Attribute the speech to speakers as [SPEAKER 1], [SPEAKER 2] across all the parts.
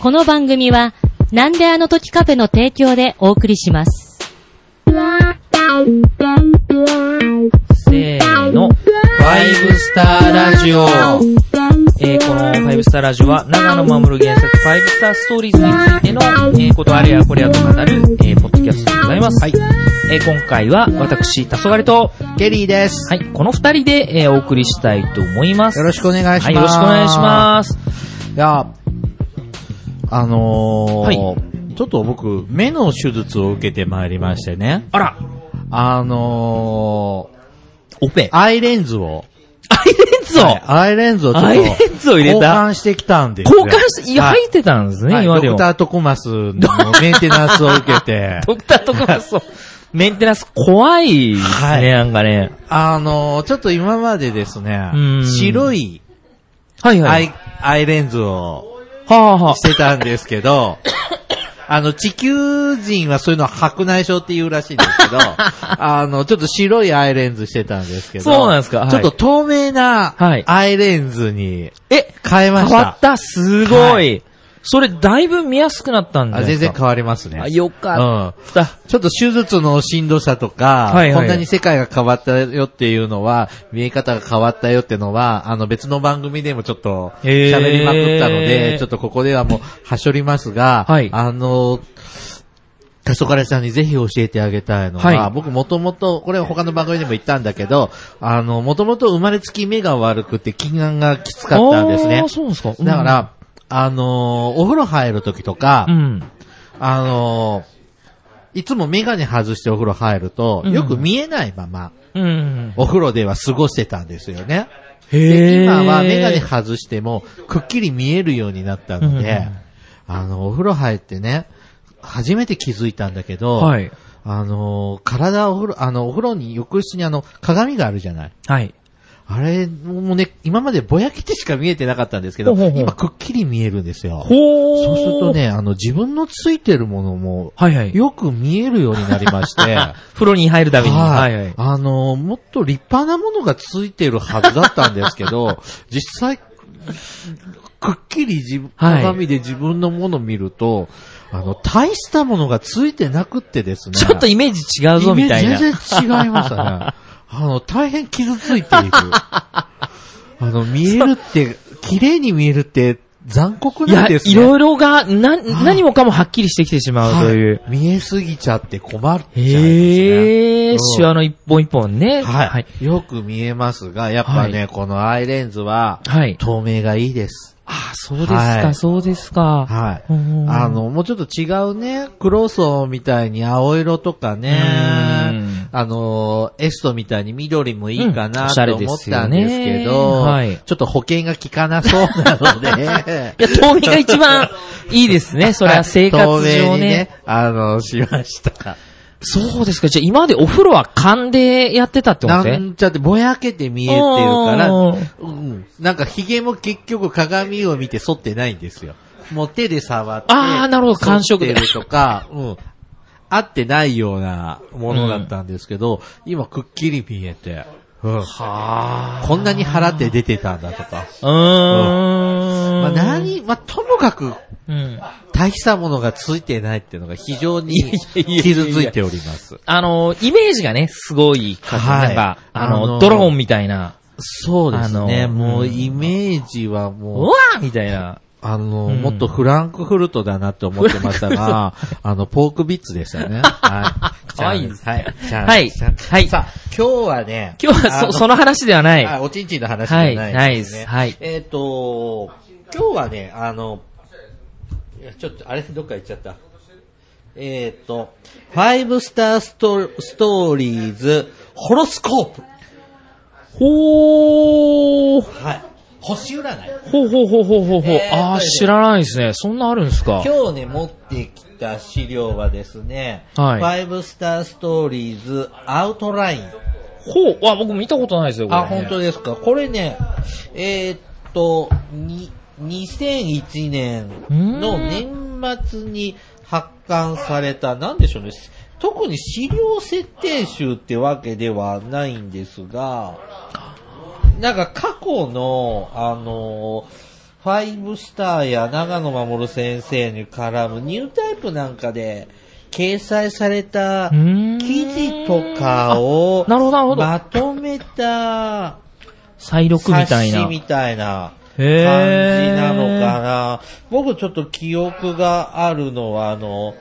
[SPEAKER 1] この番組は、なんであの時カフェの提供でお送りします。
[SPEAKER 2] せーの。ファイブスターラジオ。えーこのファイブスターラジオは、長野守原作ファイブスターストーリーズについての、えーことあれやこれやと語る、えーポッドキャストでございます。はい。えー今回は、私、黄昏と、
[SPEAKER 3] ケリーです。
[SPEAKER 2] はい、この二人で、えーお送りしたいと思います。
[SPEAKER 3] よろしくお願いします。
[SPEAKER 2] はい、よろしくお願いします。
[SPEAKER 3] す。いや、あのー
[SPEAKER 2] は
[SPEAKER 3] ちょっと僕、目の手術を受けてまいりましてね。
[SPEAKER 2] あら、
[SPEAKER 3] あの
[SPEAKER 2] オペ
[SPEAKER 3] ー、。アイレンズを、
[SPEAKER 2] アイレンズを、
[SPEAKER 3] はいアイレンズをちょっと、
[SPEAKER 2] アイレンズを入れた
[SPEAKER 3] 交換してきたんですよ。
[SPEAKER 2] 交換して、いや、
[SPEAKER 3] はい
[SPEAKER 2] 入ってたんですね、
[SPEAKER 3] はい
[SPEAKER 2] 今で
[SPEAKER 3] ド
[SPEAKER 2] も、
[SPEAKER 3] ク。タートコマスのメンテナンスを受けて
[SPEAKER 2] ドクターとかそう。メンテナンス怖いですね、
[SPEAKER 3] はい
[SPEAKER 2] なんかね。
[SPEAKER 3] あのー、ちょっと今までですね
[SPEAKER 2] うん、
[SPEAKER 3] 白い
[SPEAKER 2] はい
[SPEAKER 3] ア
[SPEAKER 2] はい。
[SPEAKER 3] イアイレンズを
[SPEAKER 2] はあはあ
[SPEAKER 3] してたんです けど、あの、地球人はそういうのは白内障っていうらしいんですけ ど、あの、ちょっと白いアイレンズしてたんですけど、
[SPEAKER 2] そうなんですかはい
[SPEAKER 3] ちょっと透明な
[SPEAKER 2] はい
[SPEAKER 3] アイレンズに
[SPEAKER 2] え、
[SPEAKER 3] 変えま
[SPEAKER 2] 変
[SPEAKER 3] した。
[SPEAKER 2] わった、すごい,、
[SPEAKER 3] は
[SPEAKER 2] それ、だいぶ見やすくなったんじゃ
[SPEAKER 3] あ
[SPEAKER 2] ないで
[SPEAKER 3] 全
[SPEAKER 2] す
[SPEAKER 3] 然
[SPEAKER 2] か。
[SPEAKER 3] 変わりますね。
[SPEAKER 2] あ、よかった。
[SPEAKER 3] ちょっと手術のしんどさとか、
[SPEAKER 2] はいはい
[SPEAKER 3] こんなに世界が変わったよっていうのは、見え方が変わったよってのは、あの別の番組でもちょっと
[SPEAKER 2] へー
[SPEAKER 3] 喋りまくったので、ちょっとここではもうはしょりますが、
[SPEAKER 2] はい
[SPEAKER 3] あの、黄昏さんにぜひ教えてあげたいのは、
[SPEAKER 2] はい
[SPEAKER 3] 僕もともと、これは他の番組でも言ったんだけど、あの、もともと生まれつき目が悪くて、近眼がきつかったんですね
[SPEAKER 2] あー。そうなんですか。うん
[SPEAKER 3] だか、ら、あの、お風呂入る時とか、
[SPEAKER 2] うん。
[SPEAKER 3] あのーいつもメガネ外してお風呂入ると、
[SPEAKER 2] うん
[SPEAKER 3] よく見えないまま、
[SPEAKER 2] うん。
[SPEAKER 3] お風呂では過ごしてたんですよね。
[SPEAKER 2] へ
[SPEAKER 3] で
[SPEAKER 2] え。
[SPEAKER 3] 今はメガネ外しても、くっきり見えるようになったので、あの、お風呂入ってね、初めて気づいたんだけど、
[SPEAKER 2] はい。
[SPEAKER 3] あのー体をお風呂、あの、お風呂に、浴室にあの、鏡があるじゃない。
[SPEAKER 2] はい。
[SPEAKER 3] あれ、もうね、今までぼやけてしか見えてなかったんですけど、
[SPEAKER 2] ほうほうほう
[SPEAKER 3] 今くっきり見えるんですよ。
[SPEAKER 2] ほー。
[SPEAKER 3] そうすると。ね、あの、自分のついてるものも、
[SPEAKER 2] はいはい。
[SPEAKER 3] よく見えるようになり まして、
[SPEAKER 2] 風呂に入るために。
[SPEAKER 3] はいあの、もっと立派なものがついてるはずだったんですけ ど、実際、くっきり自分、
[SPEAKER 2] はい
[SPEAKER 3] 鏡で自分のものを見ると、あの、大したものがついてなくってですね。
[SPEAKER 2] ちょっとイメージ違うぞ、みたいな。
[SPEAKER 3] イメージ全然違いましたね。 あの、大変傷ついている。あの、見えるって、綺麗に見えるって残酷
[SPEAKER 2] い
[SPEAKER 3] な
[SPEAKER 2] や、
[SPEAKER 3] んですね。
[SPEAKER 2] いろいろが、な、何もかもはっきりしてきてしまうという。
[SPEAKER 3] はい見えすぎちゃって困るじゃないですね。
[SPEAKER 2] へ
[SPEAKER 3] う
[SPEAKER 2] え、
[SPEAKER 3] ん
[SPEAKER 2] シワの一本一本ね。
[SPEAKER 3] はい、
[SPEAKER 2] はい。
[SPEAKER 3] よく見えますが、やっぱね、
[SPEAKER 2] は
[SPEAKER 3] このアイレンズは、
[SPEAKER 2] はい
[SPEAKER 3] 透明がいいです。
[SPEAKER 2] ああ、そうです
[SPEAKER 3] は
[SPEAKER 2] か、
[SPEAKER 3] い
[SPEAKER 2] そうですか。
[SPEAKER 3] はい。
[SPEAKER 2] うん
[SPEAKER 3] あの、もうちょっと違うね、クロソーみたいに青色とか
[SPEAKER 2] う
[SPEAKER 3] ね
[SPEAKER 2] ん、
[SPEAKER 3] あの、エストみたいに緑もいいか
[SPEAKER 2] うん
[SPEAKER 3] な
[SPEAKER 2] おしゃれ
[SPEAKER 3] と
[SPEAKER 2] で
[SPEAKER 3] 思っ
[SPEAKER 2] すよ
[SPEAKER 3] たん
[SPEAKER 2] ね
[SPEAKER 3] ですけど、
[SPEAKER 2] はい、
[SPEAKER 3] ちょっと保険が効かなそうなので
[SPEAKER 2] いや、透明が一番 いいですね。 それは生活
[SPEAKER 3] はい透明
[SPEAKER 2] 上
[SPEAKER 3] に
[SPEAKER 2] ね。
[SPEAKER 3] あの、しました。
[SPEAKER 2] そうですか。じゃあ今までお風呂は勘でやってたってこと
[SPEAKER 3] な
[SPEAKER 2] ね。
[SPEAKER 3] んちゃってぼやけて見えてるから、
[SPEAKER 2] おー
[SPEAKER 3] うん。なんか髭も結局鏡を見て剃ってないんですよ。もう手で触って。
[SPEAKER 2] あーなるほど感触で
[SPEAKER 3] 剃ってるとか、うん。合ってないようなものだったんですけど、今くっきり見えて、うん。
[SPEAKER 2] は
[SPEAKER 3] こんなに腹って出てたんだとか。
[SPEAKER 2] あ。うーん。
[SPEAKER 3] まあ、何、まあ、ともかく、
[SPEAKER 2] うん。
[SPEAKER 3] 大したものがついてないっていうのが非常に
[SPEAKER 2] やいやいや
[SPEAKER 3] 傷ついております。
[SPEAKER 2] あの、イメージがね、すごい感じ。
[SPEAKER 3] はい
[SPEAKER 2] なんか、あ
[SPEAKER 3] あ
[SPEAKER 2] の、
[SPEAKER 3] の
[SPEAKER 2] ドラゴンみたいな。
[SPEAKER 3] そうですね。
[SPEAKER 2] あの
[SPEAKER 3] もうイメージはもう、
[SPEAKER 2] うわーみたいな。
[SPEAKER 3] あの、
[SPEAKER 2] うん
[SPEAKER 3] もっとフランクフルトだなって思ってました が、あの、ポークビッツでしたね。はい。
[SPEAKER 2] かわいいです
[SPEAKER 3] はい。じゃあ
[SPEAKER 2] はい
[SPEAKER 3] じゃあ
[SPEAKER 2] はい
[SPEAKER 3] さあ、今日はね。
[SPEAKER 2] 今日は
[SPEAKER 3] あ
[SPEAKER 2] そ、
[SPEAKER 3] の
[SPEAKER 2] その話ではない。
[SPEAKER 3] あ、おちんちんの話じゃない
[SPEAKER 2] はいないです
[SPEAKER 3] ね
[SPEAKER 2] はい
[SPEAKER 3] えっ、と、今日はね、あの、いやちょっと、あれ、どっか行っちゃった。えっ、と、ファイブスターストストーリーズ、ホロスコープ。
[SPEAKER 2] ほー。
[SPEAKER 3] はい。星占い。
[SPEAKER 2] ほうほうほうほうほうほう。
[SPEAKER 3] えー
[SPEAKER 2] ああ、知らないですね。そんなあるんですか。
[SPEAKER 3] 今日ね、持ってきた資料はですね、
[SPEAKER 2] はい
[SPEAKER 3] ファイブスターストーリーズアウトライン。
[SPEAKER 2] ほう。あ、僕見たことないですよ、これ、
[SPEAKER 3] あ、本当ですか。これね、えーっと、に、2001年の年末に発刊された、なんでしょうね、特に資料設定集ってわけではないんですが、なんか過去の、あのファイブスターや長野守先生に絡むニュータイプなんかで掲載された
[SPEAKER 2] うーん
[SPEAKER 3] 記事とかを
[SPEAKER 2] なるほど、なるほど。
[SPEAKER 3] まとめた
[SPEAKER 2] 再録みた
[SPEAKER 3] 冊
[SPEAKER 2] い
[SPEAKER 3] 子
[SPEAKER 2] な。
[SPEAKER 3] みたいな感じ
[SPEAKER 2] へー
[SPEAKER 3] なのかな。僕ちょっと記憶があるのは、あの、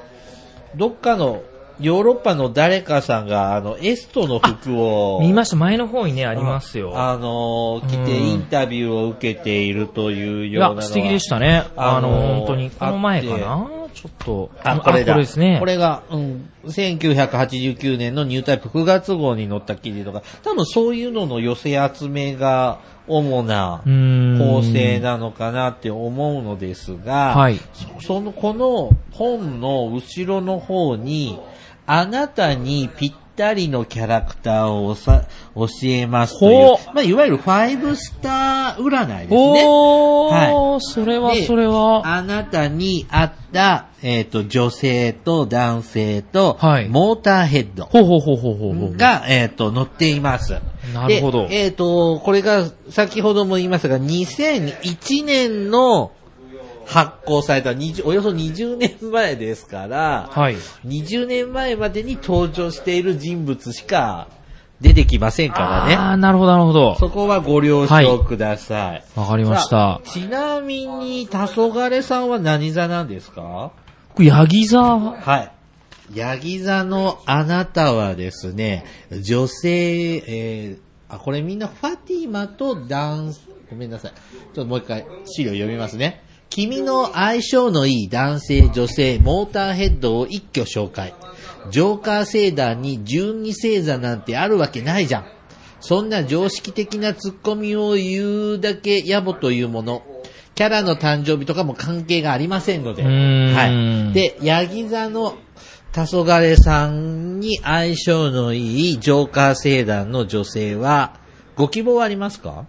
[SPEAKER 3] どっかのヨーロッパの誰かさんが、あの、エストの服を、
[SPEAKER 2] 見ました。前の方にね、ありますよ。
[SPEAKER 3] あの、来て
[SPEAKER 2] うん
[SPEAKER 3] インタビューを受けているという
[SPEAKER 2] い
[SPEAKER 3] ような
[SPEAKER 2] や
[SPEAKER 3] の、は
[SPEAKER 2] 素敵でしたね。あの
[SPEAKER 3] あのー
[SPEAKER 2] 本当に。この前かなちょっと。
[SPEAKER 3] あ、これだ。
[SPEAKER 2] これですね。
[SPEAKER 3] これが、うん、1989年のニュータイプ9月号に載った記事とか、多分そういうのの寄せ集めが主な
[SPEAKER 2] うーん
[SPEAKER 3] 構成なのかなって思うのですが、
[SPEAKER 2] はい
[SPEAKER 3] そその、この本の後ろの方に、あなたにぴったりのキャラクターをさ教えますという
[SPEAKER 2] ほ、
[SPEAKER 3] まあ、いわゆるファイブスター占いですね。
[SPEAKER 2] おー、
[SPEAKER 3] は
[SPEAKER 2] それは
[SPEAKER 3] で
[SPEAKER 2] それは。
[SPEAKER 3] あなたにあった、えっ、と、女性と男性と、
[SPEAKER 2] はい
[SPEAKER 3] モーターヘッド
[SPEAKER 2] ほうほうほうほうほうほう。
[SPEAKER 3] が、えっ、と、載っています。
[SPEAKER 2] なるほど
[SPEAKER 3] でえっ、と、これが、先ほども言いましたが、2001年の発行された、20およそ20年前ですから、
[SPEAKER 2] はい。
[SPEAKER 3] 20年前までに登場している人物しか出てきませんからね。
[SPEAKER 2] あー、なるほど、なるほど。
[SPEAKER 3] そこはご了承ください
[SPEAKER 2] わかりまし
[SPEAKER 3] さ
[SPEAKER 2] た
[SPEAKER 3] あ。ちなみに、黄昏さんは何座なんですか
[SPEAKER 2] 僕、ヤギ座。
[SPEAKER 3] はい。ヤギ座のあなたはですね、女性、えー、あ、これみんなファティマと男、ごめんなさい。ちょっともう一回資料読みますね。君の相性のいい男性、女性、モーターヘッドを一挙紹介。ジョーカー星座に12星座なんてあるわけないじゃん。そんな常識的なツッコミを言うだけ野暮というもの。キャラの誕生日とかも関係がありませんので。
[SPEAKER 2] うーん
[SPEAKER 3] はい。で、ヤギ座の黄昏さんに相性のいいジョーカー星団の女性は、ご希望はありますか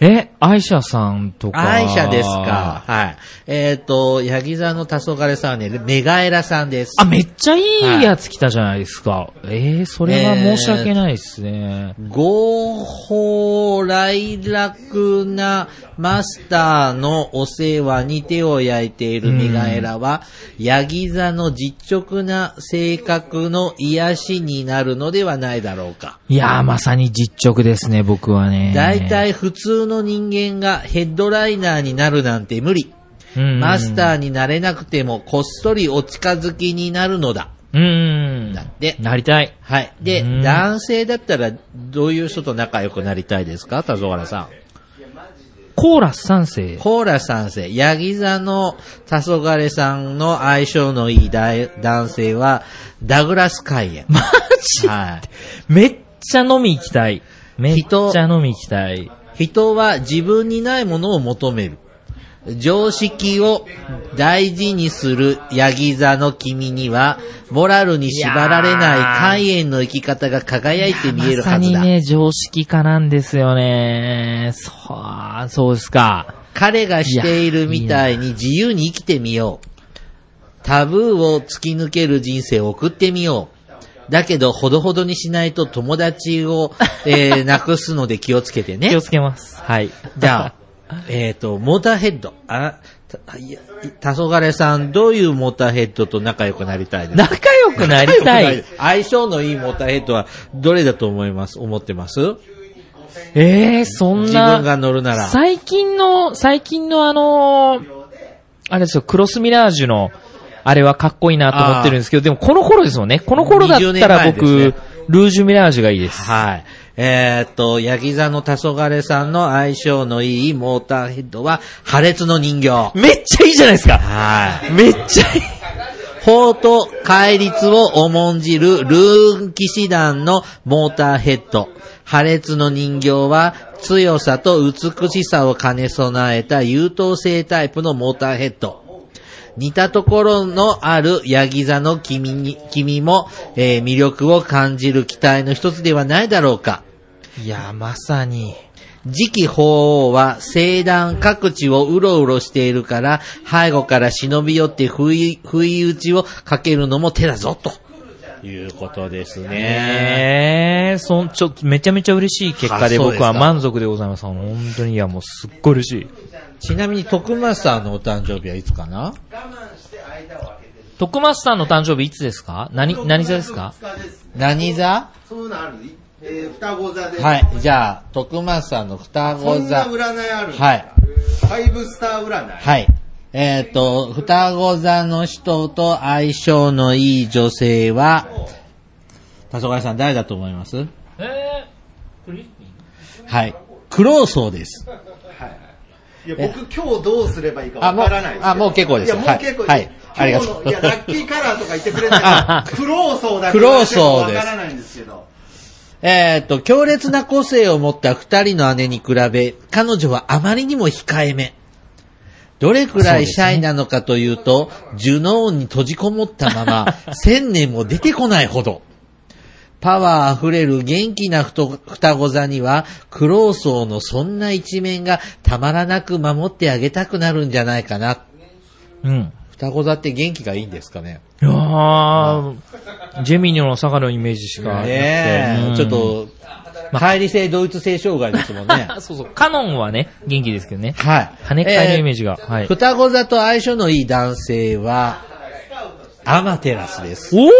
[SPEAKER 2] え、アイシャさんとか。
[SPEAKER 3] 愛者ですか。。はい。えっ、と、ヤギ座の黄昏さんはね、メガエラさんです。
[SPEAKER 2] あ、めっちゃいいやつ来たじゃないですか。えー、それは申し訳ないですね。
[SPEAKER 3] 合法来楽なマスターのお世話に手を焼いているメガエラは、ヤギ座の実直な性格の癒しになるのではないだろうか。
[SPEAKER 2] いやー、まさに実直ですね、僕はね。
[SPEAKER 3] 大体普通の人間がヘッドライナーになるなんて無理。
[SPEAKER 2] うん、
[SPEAKER 3] マス
[SPEAKER 2] ー。
[SPEAKER 3] ターになれなくてもこっそりお近づきになるのだ。
[SPEAKER 2] うん。
[SPEAKER 3] だって
[SPEAKER 2] なりたい。
[SPEAKER 3] はい。で、
[SPEAKER 2] うん
[SPEAKER 3] 男性だったらどういう人と仲良くなりたいですか田原さん。
[SPEAKER 2] コーラス3世。
[SPEAKER 3] コーラ三世、ヤギ座の黄昏さんの相性のいい大男性は、ダグラス・カイエン。
[SPEAKER 2] マジ
[SPEAKER 3] は
[SPEAKER 2] めっちゃ飲み行きたい。めっちゃ飲み行きたい。
[SPEAKER 3] い。人は自分にないものを求める。常識を大事にするヤギ座の君には、モラルに縛られない
[SPEAKER 2] いやー
[SPEAKER 3] カイエンの生き方が輝いて見える
[SPEAKER 2] まさ
[SPEAKER 3] はず
[SPEAKER 2] に
[SPEAKER 3] だ。
[SPEAKER 2] ね、常識化なんですよね。そう、そうですか。
[SPEAKER 3] 彼がしているみたいに自由に生きてみよう。タブーを突き抜ける人生を送ってみよう。だけど、ほどほどにしないと友達を、え ーなくすので気をつけて
[SPEAKER 2] 気
[SPEAKER 3] ね
[SPEAKER 2] を。つけます。はい。
[SPEAKER 3] じゃあ、えっ、と、モーターヘッド。あ、た、いや、たそがれさん、どういうモーターヘッドと仲良くなりたいですか
[SPEAKER 2] 仲良くなりたい。
[SPEAKER 3] 相性のいいモーターヘッドは、どれだと思います思ってます
[SPEAKER 2] ええー、そん
[SPEAKER 3] 自
[SPEAKER 2] な。
[SPEAKER 3] 分が乗るなら。
[SPEAKER 2] 最近の、最近のあのーあれですよ、クロスミラージュの、あれはかっこいいなと思ってるんですけど、でもこの頃ですよね。この頃だったら僕、
[SPEAKER 3] 20年前ですね
[SPEAKER 2] ルージュミラージュがいいです。
[SPEAKER 3] はい。えーっと、ヤギ座の黄昏さんの相性のいいモーターヘッドは、破裂の人形。
[SPEAKER 2] めっちゃいいじゃないですか。
[SPEAKER 3] はい。
[SPEAKER 2] めっちゃいい。
[SPEAKER 3] 法と戒律を重んじるルーン騎士団のモーターヘッド。破裂の人形は、強さと美しさを兼ね備えた優等生タイプのモーターヘッド。似たところのあるヤギ座の君に、君も、えー魅力を感じる期待の一つではないだろうか。
[SPEAKER 2] いや、まさに。
[SPEAKER 3] 次期法王は聖壇各地をうろうろしているから、背後から忍び寄って不意、不意打ちをかけるのも手だぞと。いうことですね。
[SPEAKER 2] ねえ、そん、ちょ、めちゃめちゃ嬉しい結果で
[SPEAKER 3] あそうで
[SPEAKER 2] 僕
[SPEAKER 3] すか
[SPEAKER 2] は満足でございます。あの本当に、いや、もうすっごい嬉しい。
[SPEAKER 3] ちなみに、徳マスターのお誕生日はいつかな
[SPEAKER 2] 徳松さんの誕生日いつですか何、何座ですか
[SPEAKER 3] 何座
[SPEAKER 4] そうなんあるえー、双子座で。
[SPEAKER 3] は。い。じゃあ、徳マスターの双
[SPEAKER 4] こ
[SPEAKER 3] 子
[SPEAKER 4] ん
[SPEAKER 3] 座。
[SPEAKER 4] な占いあるんだ
[SPEAKER 3] はい。
[SPEAKER 4] ファイブスター占い。
[SPEAKER 3] はい。えっ、と、双子座の人と相性のいい女性は、黄昏さん誰だと思います
[SPEAKER 2] えクリステ
[SPEAKER 3] はい。クローソーです。
[SPEAKER 4] いや、僕今日どうすればいいかわからないです
[SPEAKER 3] あもうあもう結構です
[SPEAKER 4] いや、もう結構
[SPEAKER 3] はいはいありがとう
[SPEAKER 4] 今日のいや、ラッキーカラーとか言ってくれな いけどクローソーだけ
[SPEAKER 3] クローソーです
[SPEAKER 4] わからないんですけ ど。
[SPEAKER 3] えっ、と、強烈な個性を持った二人の姉に比べ、彼女はあまりにも控えめ。どれくらいシャイなのかというと、ジュノーンに閉じこもったま ま、千年も出てこないほど。パワーあふれる元気な双双子座には、クローソーのそんな一面がたまらなく守ってあげたくなるんじゃないかな。
[SPEAKER 2] ィうん。
[SPEAKER 3] 双子座って元気がいいんですかね
[SPEAKER 2] いやー、ジェミニョの坂のイメージしかなくて。
[SPEAKER 3] ね
[SPEAKER 2] う
[SPEAKER 3] え
[SPEAKER 2] ん
[SPEAKER 3] ちょっ、と、対立性同一性障害ですも んね。
[SPEAKER 2] そうそう、カノンはね、元気ですけどね。
[SPEAKER 3] はい。
[SPEAKER 2] 跳ねっ返りのイメージがはい
[SPEAKER 3] 双子座と相性のいい男性は、アマテラスです。
[SPEAKER 2] おー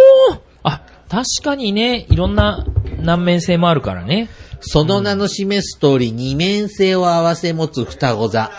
[SPEAKER 2] あ、確かにね、いろんな難面性もあるからね。
[SPEAKER 3] その名の示す通り二面性を合わせ持つ双子座。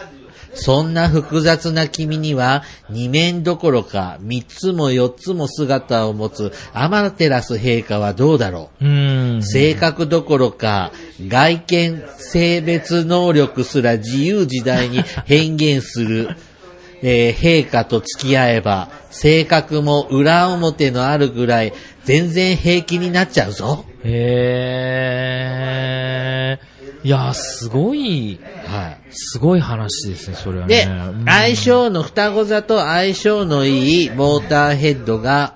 [SPEAKER 3] そんな複雑な君には、二面どころか三つも四つも姿を持つアマテラス陛下はどうだろう
[SPEAKER 2] うーん。
[SPEAKER 3] 性格どころか、外見、性別能力すら自由自在に変幻する、 えー陛下と付き合えば、性格も裏表のあるぐらい、全然平気になっちゃうぞ。
[SPEAKER 2] へー。いやー、すごい、
[SPEAKER 3] はい。
[SPEAKER 2] すごい話ですね、それはね。
[SPEAKER 3] で
[SPEAKER 2] うん、
[SPEAKER 3] 相性の双子座と相性のいいモーターヘッドが、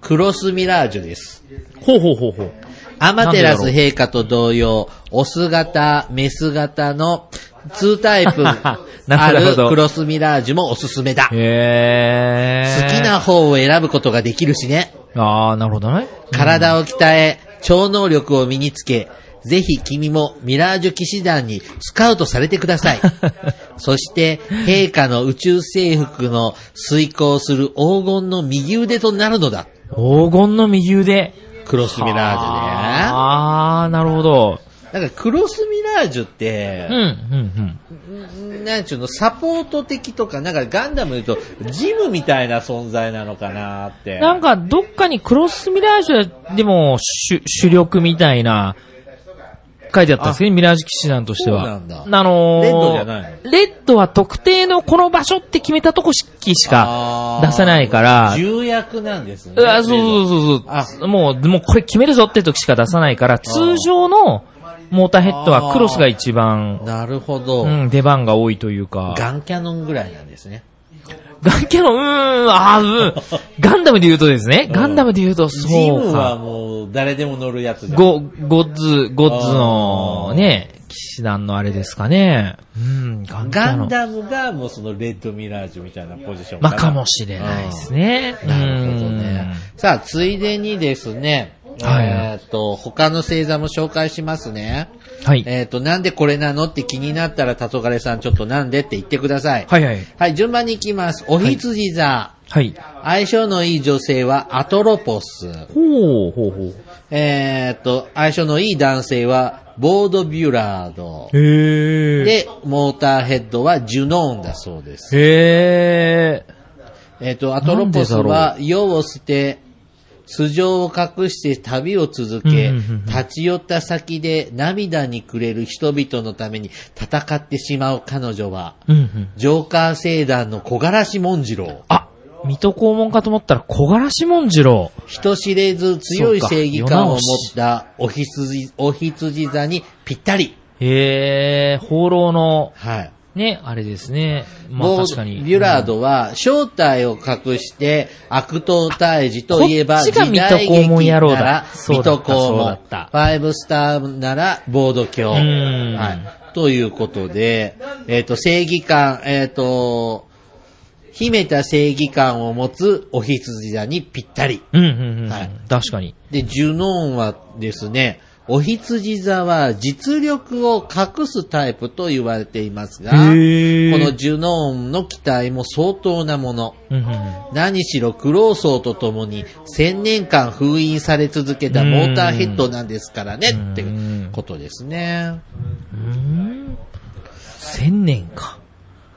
[SPEAKER 3] クロスミラージュです。
[SPEAKER 2] ほうほうほうほう。
[SPEAKER 3] アマテラス陛下と同様、オス型、メス型の2タイ プ
[SPEAKER 2] な
[SPEAKER 3] あ
[SPEAKER 2] る
[SPEAKER 3] る
[SPEAKER 2] ほど
[SPEAKER 3] クロスミラージュもおすすめだ。好
[SPEAKER 2] へー。
[SPEAKER 3] きな。方を選ぶことができるしね。
[SPEAKER 2] あー、なるほどね。
[SPEAKER 3] 体を鍛え、超能力を身につけ、ぜひ君もミラージュ騎士団にスカウトされてく ださい。そして、陛下の宇宙征服の遂行する黄金の右腕となるのだ。
[SPEAKER 2] 黄金の右腕。
[SPEAKER 3] クロスミラージュね。
[SPEAKER 2] あー、なるほど。
[SPEAKER 3] なんかクロスミラージュって、
[SPEAKER 2] うん、うん、うん。
[SPEAKER 3] なんちゅうの、サポート的とか、なんかガンダムで言うと、ジムみたいな存在なのかなって。
[SPEAKER 2] なんか、どっかにクロスミラージュでも、主、主力みたいな、書いてあったんですけど、ミラージュ騎士団としては。
[SPEAKER 3] そうなんだ
[SPEAKER 2] あのー
[SPEAKER 3] レッドじゃない
[SPEAKER 2] レッドは特定のこの場所って決めたとこししか
[SPEAKER 3] あー
[SPEAKER 2] 出せないから、
[SPEAKER 3] 重役なんですね。
[SPEAKER 2] うわそうそうそうそう。もう、もうこれ決めるぞって時しか出さないから、通常のモーターヘッドはクロスが一番、
[SPEAKER 3] なるほど。
[SPEAKER 2] うん、出番が多いというか。
[SPEAKER 3] ガンキャノンぐらいなんですね。
[SPEAKER 2] ガンキャノン、うーん、あー、うん。ガンダムで言うとですね、ガンダムで言うと、そうか。
[SPEAKER 3] ジムはもう、誰でも乗るやつじゃん。
[SPEAKER 2] ゴ、ゴッズ、ゴッズのね、騎士団のあれですかね。うん、ガン
[SPEAKER 3] ガ
[SPEAKER 2] ダ
[SPEAKER 3] ン
[SPEAKER 2] ム。
[SPEAKER 3] ダムがもうそのレッドミラージュみたいなポジション
[SPEAKER 2] まあ、
[SPEAKER 3] な
[SPEAKER 2] かもしれないですね。
[SPEAKER 3] なるほどね。さあ、ついでにですね、
[SPEAKER 2] はい
[SPEAKER 3] えっと、他の星座も紹介しますね。
[SPEAKER 2] うん。はい。
[SPEAKER 3] えっと、なんでこれなのって気になったら、たとがれさんちょっとなんでって言ってください。
[SPEAKER 2] はいはい。
[SPEAKER 3] はい、順番に行きます。おひつじ座。
[SPEAKER 2] はい。
[SPEAKER 3] 相性のいい女性はアトロポス。
[SPEAKER 2] ほうほうほう。
[SPEAKER 3] えーっと、相性のいい男性はボードビュラード。
[SPEAKER 2] へえ。
[SPEAKER 3] で、モーターヘッドはジュノーンだそうです。
[SPEAKER 2] へえ。
[SPEAKER 3] えーっと、アトロポス
[SPEAKER 2] な
[SPEAKER 3] は世を捨て、素性を隠して旅を続け、
[SPEAKER 2] うんうんうんうん
[SPEAKER 3] 立ち寄った先で涙に暮れる人々のために戦ってしまう彼女は、
[SPEAKER 2] うんうん。
[SPEAKER 3] ジョーカー星団の小柄し文次郎。
[SPEAKER 2] あ、水戸黄門かと思ったら小柄志文次郎。
[SPEAKER 3] 人知れず強い正義感を持ったおひつじ、おひつじ座にぴったり。
[SPEAKER 2] へえ、放浪の、
[SPEAKER 3] はい。
[SPEAKER 2] ね、あれですね。まあ
[SPEAKER 3] ボ
[SPEAKER 2] 確か
[SPEAKER 3] ー
[SPEAKER 2] に。
[SPEAKER 3] ビュラードは正体を隠して悪党退治といえば
[SPEAKER 2] こっち
[SPEAKER 3] 時
[SPEAKER 2] が水
[SPEAKER 3] 代
[SPEAKER 2] 戸
[SPEAKER 3] 劇
[SPEAKER 2] 黄門野
[SPEAKER 3] な
[SPEAKER 2] 郎だ
[SPEAKER 3] ら
[SPEAKER 2] そう
[SPEAKER 3] 水
[SPEAKER 2] だ
[SPEAKER 3] 戸
[SPEAKER 2] っ
[SPEAKER 3] 黄
[SPEAKER 2] たそうだ
[SPEAKER 3] 門、フ
[SPEAKER 2] った
[SPEAKER 3] ァイブスターならボード教。
[SPEAKER 2] ん
[SPEAKER 3] はい。ということで、えっ、と、正義感、えっ、と、秘めた正義感を持つお羊座にぴったり。
[SPEAKER 2] うん、うん、うん。
[SPEAKER 3] はい
[SPEAKER 2] 確かに。
[SPEAKER 3] で、ジュノーンはですね、お羊座は実力を隠すタイプと言われていますが、こ
[SPEAKER 2] へー
[SPEAKER 3] のジュノーンの期待も相当なもの。
[SPEAKER 2] うん、うんうん。
[SPEAKER 3] 何しろ苦労層とともに1000年間封印され続けたモーターヘッドなんですからね
[SPEAKER 2] うん
[SPEAKER 3] ってことですね。
[SPEAKER 2] 千年か。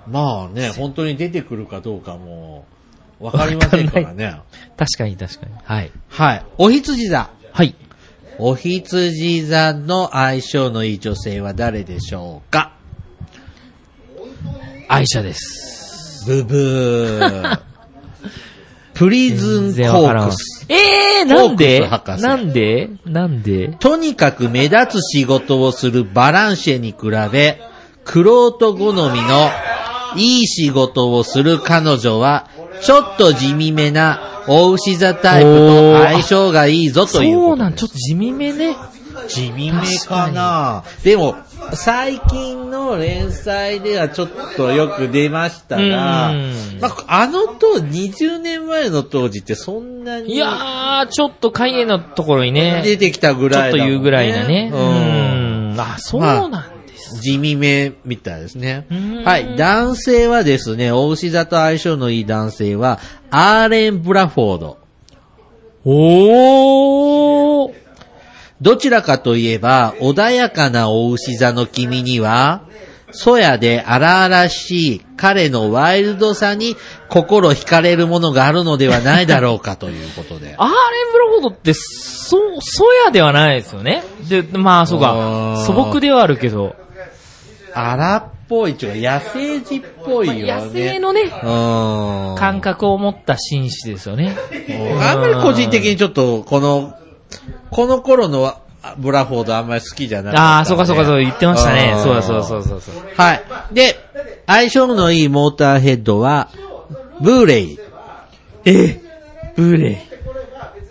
[SPEAKER 3] まあね、本当に出てくるかどうかもわかりませんから ね。
[SPEAKER 2] 確かに、確かに。はい。
[SPEAKER 3] はい。お羊座。
[SPEAKER 2] はい。
[SPEAKER 3] お羊座の相性のいい女性は誰でしょうか
[SPEAKER 2] 愛車です。
[SPEAKER 3] ブブー。プリズンコークス。
[SPEAKER 2] えー、なんで
[SPEAKER 3] コークス博士
[SPEAKER 2] なんでなんで
[SPEAKER 3] とにかく目立つ仕事をするバランシェに比べ、クロート好みのいい仕事をする彼女は、ちょっと地味めな、お牛座タイプと相性がいいぞという
[SPEAKER 2] そ
[SPEAKER 3] ことです。
[SPEAKER 2] うなん、ちょっと地味めね。
[SPEAKER 3] 地味めかなでも、最近の連載ではちょっとよく出ましたが
[SPEAKER 2] うん、
[SPEAKER 3] まあ、あの当、20年前の当時ってそんなに
[SPEAKER 2] いやー、ちょっと海外のところにね、
[SPEAKER 3] 出
[SPEAKER 2] ち
[SPEAKER 3] てきたぐ
[SPEAKER 2] ょ
[SPEAKER 3] ら
[SPEAKER 2] っ
[SPEAKER 3] い
[SPEAKER 2] と
[SPEAKER 3] だもん、
[SPEAKER 2] 言うぐらいだね。
[SPEAKER 3] うん。
[SPEAKER 2] うん。あ、そうなんです。
[SPEAKER 3] 地味めみたいですね
[SPEAKER 2] うん。
[SPEAKER 3] はい。男性はですね、お牛座と相性のいい男性は、アーレン・ブラフォード。
[SPEAKER 2] おー。
[SPEAKER 3] どちらかといえば、穏やかなお牛座の君には、そやで荒々しい彼のワイルドさに心惹かれるものがあるのではないだろうかということ で。
[SPEAKER 2] アーレンブロフォードって、そ、そやではないですよね。で、まあ、そう
[SPEAKER 3] あ
[SPEAKER 2] か。
[SPEAKER 3] ー
[SPEAKER 2] 素朴ではあるけど。
[SPEAKER 3] 荒っぽい、ちょっと野生児っぽいよね。
[SPEAKER 2] まあ野生のね、
[SPEAKER 3] うん。
[SPEAKER 2] 感覚を持った紳士ですよね。
[SPEAKER 3] あんまり個人的にちょっと、この、この頃のあブラフォードあんまり好きじゃなかったんで。
[SPEAKER 2] ああ、そうかそうかそう、言ってましたね
[SPEAKER 3] う。ん
[SPEAKER 2] そうだそうだそうだそうだ。
[SPEAKER 3] はい。で、相性のいいモーターヘッドは、ブーレイ。
[SPEAKER 2] えブレ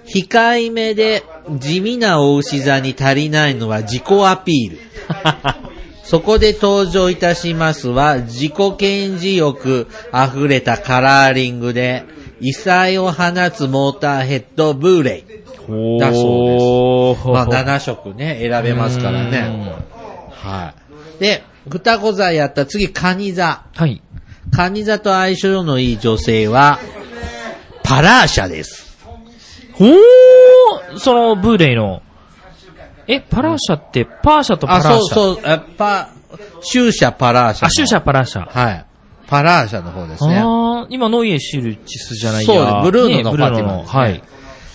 [SPEAKER 2] イ。
[SPEAKER 3] 控えめで地味なお牛座に足りないのは自己アピ ール。そこで登場いたしますは、自己顕示欲溢れたカラーリングで、異彩を放つモーターヘッドブーレイ。
[SPEAKER 2] お
[SPEAKER 3] だそ
[SPEAKER 2] ー。
[SPEAKER 3] まあ、7色ね、選べますからね。はい。で、双子座やったら次、カニ座。
[SPEAKER 2] はい。
[SPEAKER 3] カニ座と相性のいい女性は、パラーシャです。
[SPEAKER 2] ほーその、ブーレイの。え、パラーシャって、パーシャとパラ
[SPEAKER 3] あ、
[SPEAKER 2] ーシャ。
[SPEAKER 3] そうそう、あパ、シューシャパラーシャの。
[SPEAKER 2] あ、シューシャパラーシャ。
[SPEAKER 3] はい。パラーシャの方ですね。
[SPEAKER 2] ああ、今、ノイエ・シルチスじゃないや
[SPEAKER 3] そうですブルー
[SPEAKER 2] ね
[SPEAKER 3] ノの
[SPEAKER 2] ブルー
[SPEAKER 3] ファ
[SPEAKER 2] ノ
[SPEAKER 3] ティマ
[SPEAKER 2] の。
[SPEAKER 3] ですね
[SPEAKER 2] はい。